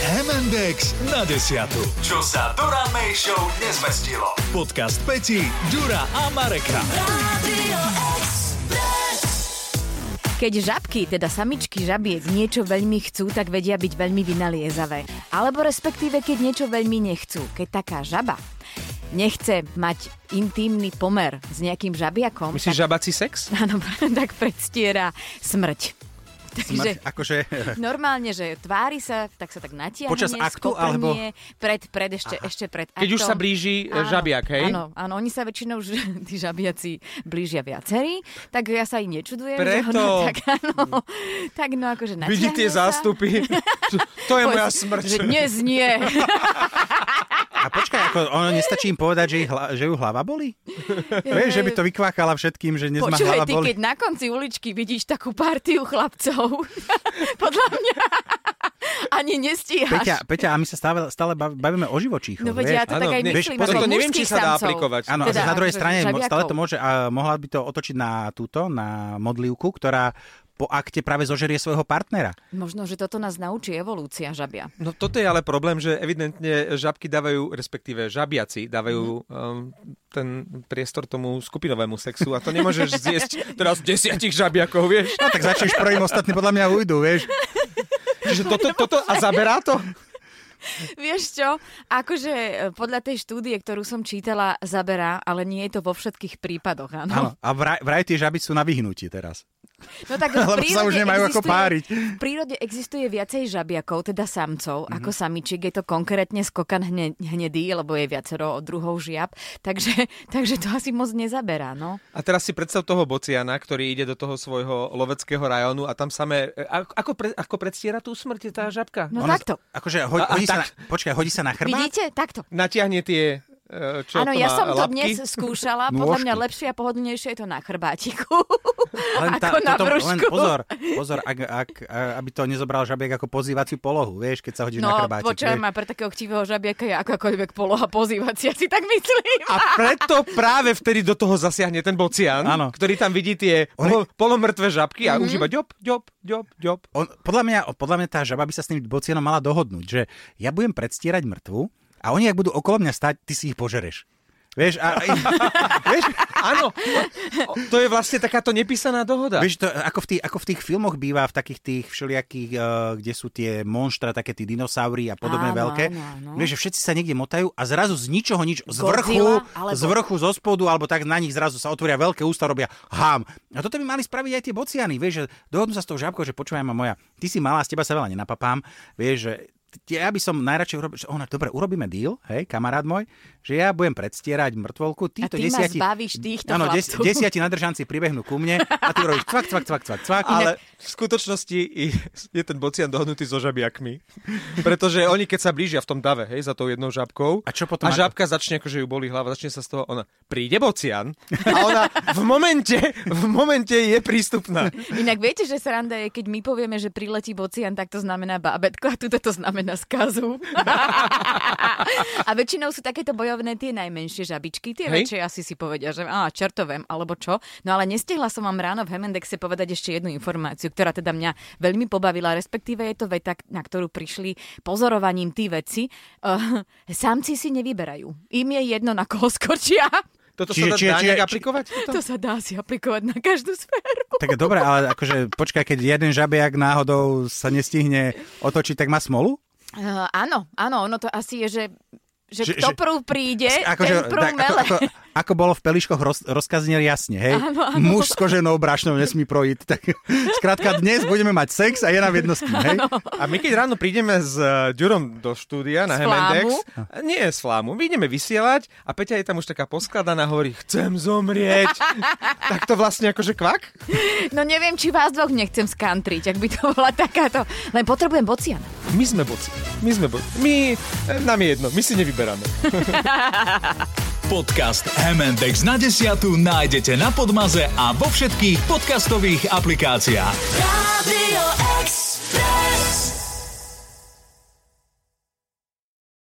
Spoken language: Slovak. M&X na desiatu. Čo sa Dura May Show nezmestilo. Podcast Peti, Dura a Mareka. Keď žabky, teda samičky žabiek, niečo veľmi chcú, tak vedia byť veľmi vynaliezavé. Alebo respektíve, keď niečo veľmi nechcú. Keď taká žaba nechce mať intímny pomer s nejakým žabiakom, Myslíš žabací sex? áno, tak predstiera smrť. Takže Smrť, akože... normálne, že tvári sa, tak sa tak natiahne. Počas aktu, skoprnie, Pred, pred, ešte, ešte pred Keď už aktom. sa blíži e, žabiak, hej? Áno, áno, oni sa väčšinou, ž- tí žabiaci, blížia viacerí, tak ja sa im nečudujem. že Preto. ona tak, áno, tak no akože Vidí natiahne tie sa. zástupy. to je Poď, moja Že smrť. dnes nie. A počkaj, ako ono nestačí im povedať, že, ich hla, že ju hlava boli? Vieš, že by to vykvákala všetkým, že dnes ma Počúvaj, hlava ty boli. keď na konci uličky vidíš takú partiu chlapcov, podľa mňa ani nestíhaš. Peťa, Peťa, a my sa stále, stále bav- bavíme o živočíchoch. No veď ja to Áno, tak aj vieš, myslím, pozri, ako to neviem, či mužských sa dá samcov. aplikovať. Áno, Teda, teda, na druhej akože strane mo- žabiakov. stále to môže, a mohla by to otočiť na túto, na modlivku, ktorá po akte práve zožerie svojho partnera. Možno, že toto nás naučí evolúcia žabia. No toto je ale problém, že evidentne žabky dávajú, respektíve žabiaci Mhm. dávajú um, ten priestor tomu skupinovému sexu a to nemôžeš zjesť teraz desiatich žabiakov, vieš? No tak začneš prvým, ostatní podľa mňa ujdu, vieš. Že toto, toto a zaberá to? Vieš čo, akože e, podľa tej štúdie, ktorú som čítala, zaberá, ale nie je to vo všetkých prípadoch, áno. Áno, a vraj, vraj tie žaby sú na vyhnutie teraz. No tak Lebo sa už nemajú ako páriť. V prírode existuje viacej žabiakov, teda Mhm. samcov, ako samičiek. Je to konkrétne skokan hne, hnedý, lebo je viacero druhov žiab, takže, takže to asi moc nezaberá, no. A teraz si predstav toho bociana, ktorý ide do toho svojho loveckého rajónu a tam samé... e, Ako, ako pre, ako predstiera tú smrť tá žabka? No Ono- takto. Akože, ho, A- a hodí sa na, tak- počkaj, hodí sa na chrbát? Vidíte? Takto. Natiahne tie... e, Čo Áno, to ja má, som to labky? dnes skúšala. Podľa mňa Nôžky. lepšie a pohodlnejšie je to na chrbátiku. Len ako na toto- brúšku. Len pozor, pozor ak, ak, a- aby to nezobral žabiek ako pozývaciu polohu, vieš, keď sa hodíš na No, chrbátik. počujem vieš. ma, pre takého chtivého žabiaka je akákoľvek poloha pozývacia, si tak myslím. A preto práve vtedy do toho zasiahne ten bocian, Áno. ktorý tam vidí tie polo, polomrtvé žabky a mm-hmm. už iba ďop, ďop, ďop, ďop. On, podľa, mňa, podľa mňa tá žaba by sa s tým bocianom mala dohodnúť, že ja budem predstierať mŕtvu a oni, ak budú okolo mňa stať, ty si ich požereš. Vieš, a, Vieš? Áno. O, To je vlastne takáto nepísaná dohoda. Vieš, vieš to, ako, v tých, ako v tých filmoch býva, v takých tých všelijakých, uh, kde sú tie monštra, také tí dinosaury a Áno, podobne veľké. áno, áno. Vieš, že všetci sa niekde motajú a zrazu z ničoho nič, z Godzilla, vrchu, alebo- z vrchu, zo spodu, alebo tak na nich zrazu sa otvoria veľké ústa, robia hám. A toto by mali spraviť aj tie bociany, vieš, že dohodnú sa s tou žabkou, že počúvaj ma moja, ty si malá, z teba sa veľa nenapapám, vieš, že t- ja by som najradšej urobil, že ona, dobre, urobíme deal, hej, kamarát môj, že ja budem predstierať A mŕtvolku, títo ty ma desiati... zbavíš týchto áno, des, chlapcov. desiati nadržanci pribehnú ku mne a ty robíš cvak, cvak, cvak, cvak, cvak. ale v skutočnosti i- je ten bocian dohodnutý so žabiakmi. Pretože oni, keď sa blížia v tom dave, hej, za tou jednou žabkou. A čo potom A ako- žabka začne, akože ju boli hlava, začne sa z toho ona, príde bocian a ona v momente, v momente je prístupná. Inak viete, že sranda je, keď my povieme, že priletí bocian, tak to znamená bábetko a tuto to znamená skazu. a väčšinou sú takéto bojovné tie najmenšie žabičky, tie Hej. väčšie asi si povedia, že a čertovem, alebo čo. No ale nestihla som vám ráno v Hemendexe povedať ešte jednu informáciu, ktorá teda mňa veľmi pobavila, respektíve je to veta, na ktorú prišli pozorovaním tí veci. Uh, samci si nevyberajú. Im je jedno, na koho skočia. Toto Čiže- sa dá, čiže- dá čiže- nejak či- aplikovať? To sa dá si aplikovať na každú sféru. Tak dobre, ale akože počkaj, keď jeden žabiak náhodou sa nestihne otočiť, tak má smolu? Uh, áno, áno, ono to asi je, že, že, Že- kto že- prv príde, E, ten Akože, prv tak, ako, mele. ako, ako bolo v peliškoch roz, rozkazne jasne, hej? Áno, áno. Muž s koženou brašnou nesmí projiť. Tak, skrátka, dnes budeme mať sex a je nám jedno s tým, hej? A my keď ráno prídeme s uh, Ďurom do štúdia na Z Hemendex, nie z flámu, my ideme vysielať a Peťa je tam už taká poskladaná, hovorí, chcem zomrieť. tak to vlastne akože kvak? No neviem, či vás dvoch nechcem skantriť, ak by to bola takáto. Len potrebujem bociana. My sme boci, my sme boci, my, e, nám je jedno, my si nevyberáme. Podcast M&X na desiatu nájdete na Podmaze a vo všetkých podcastových aplikáciách. Radio Express.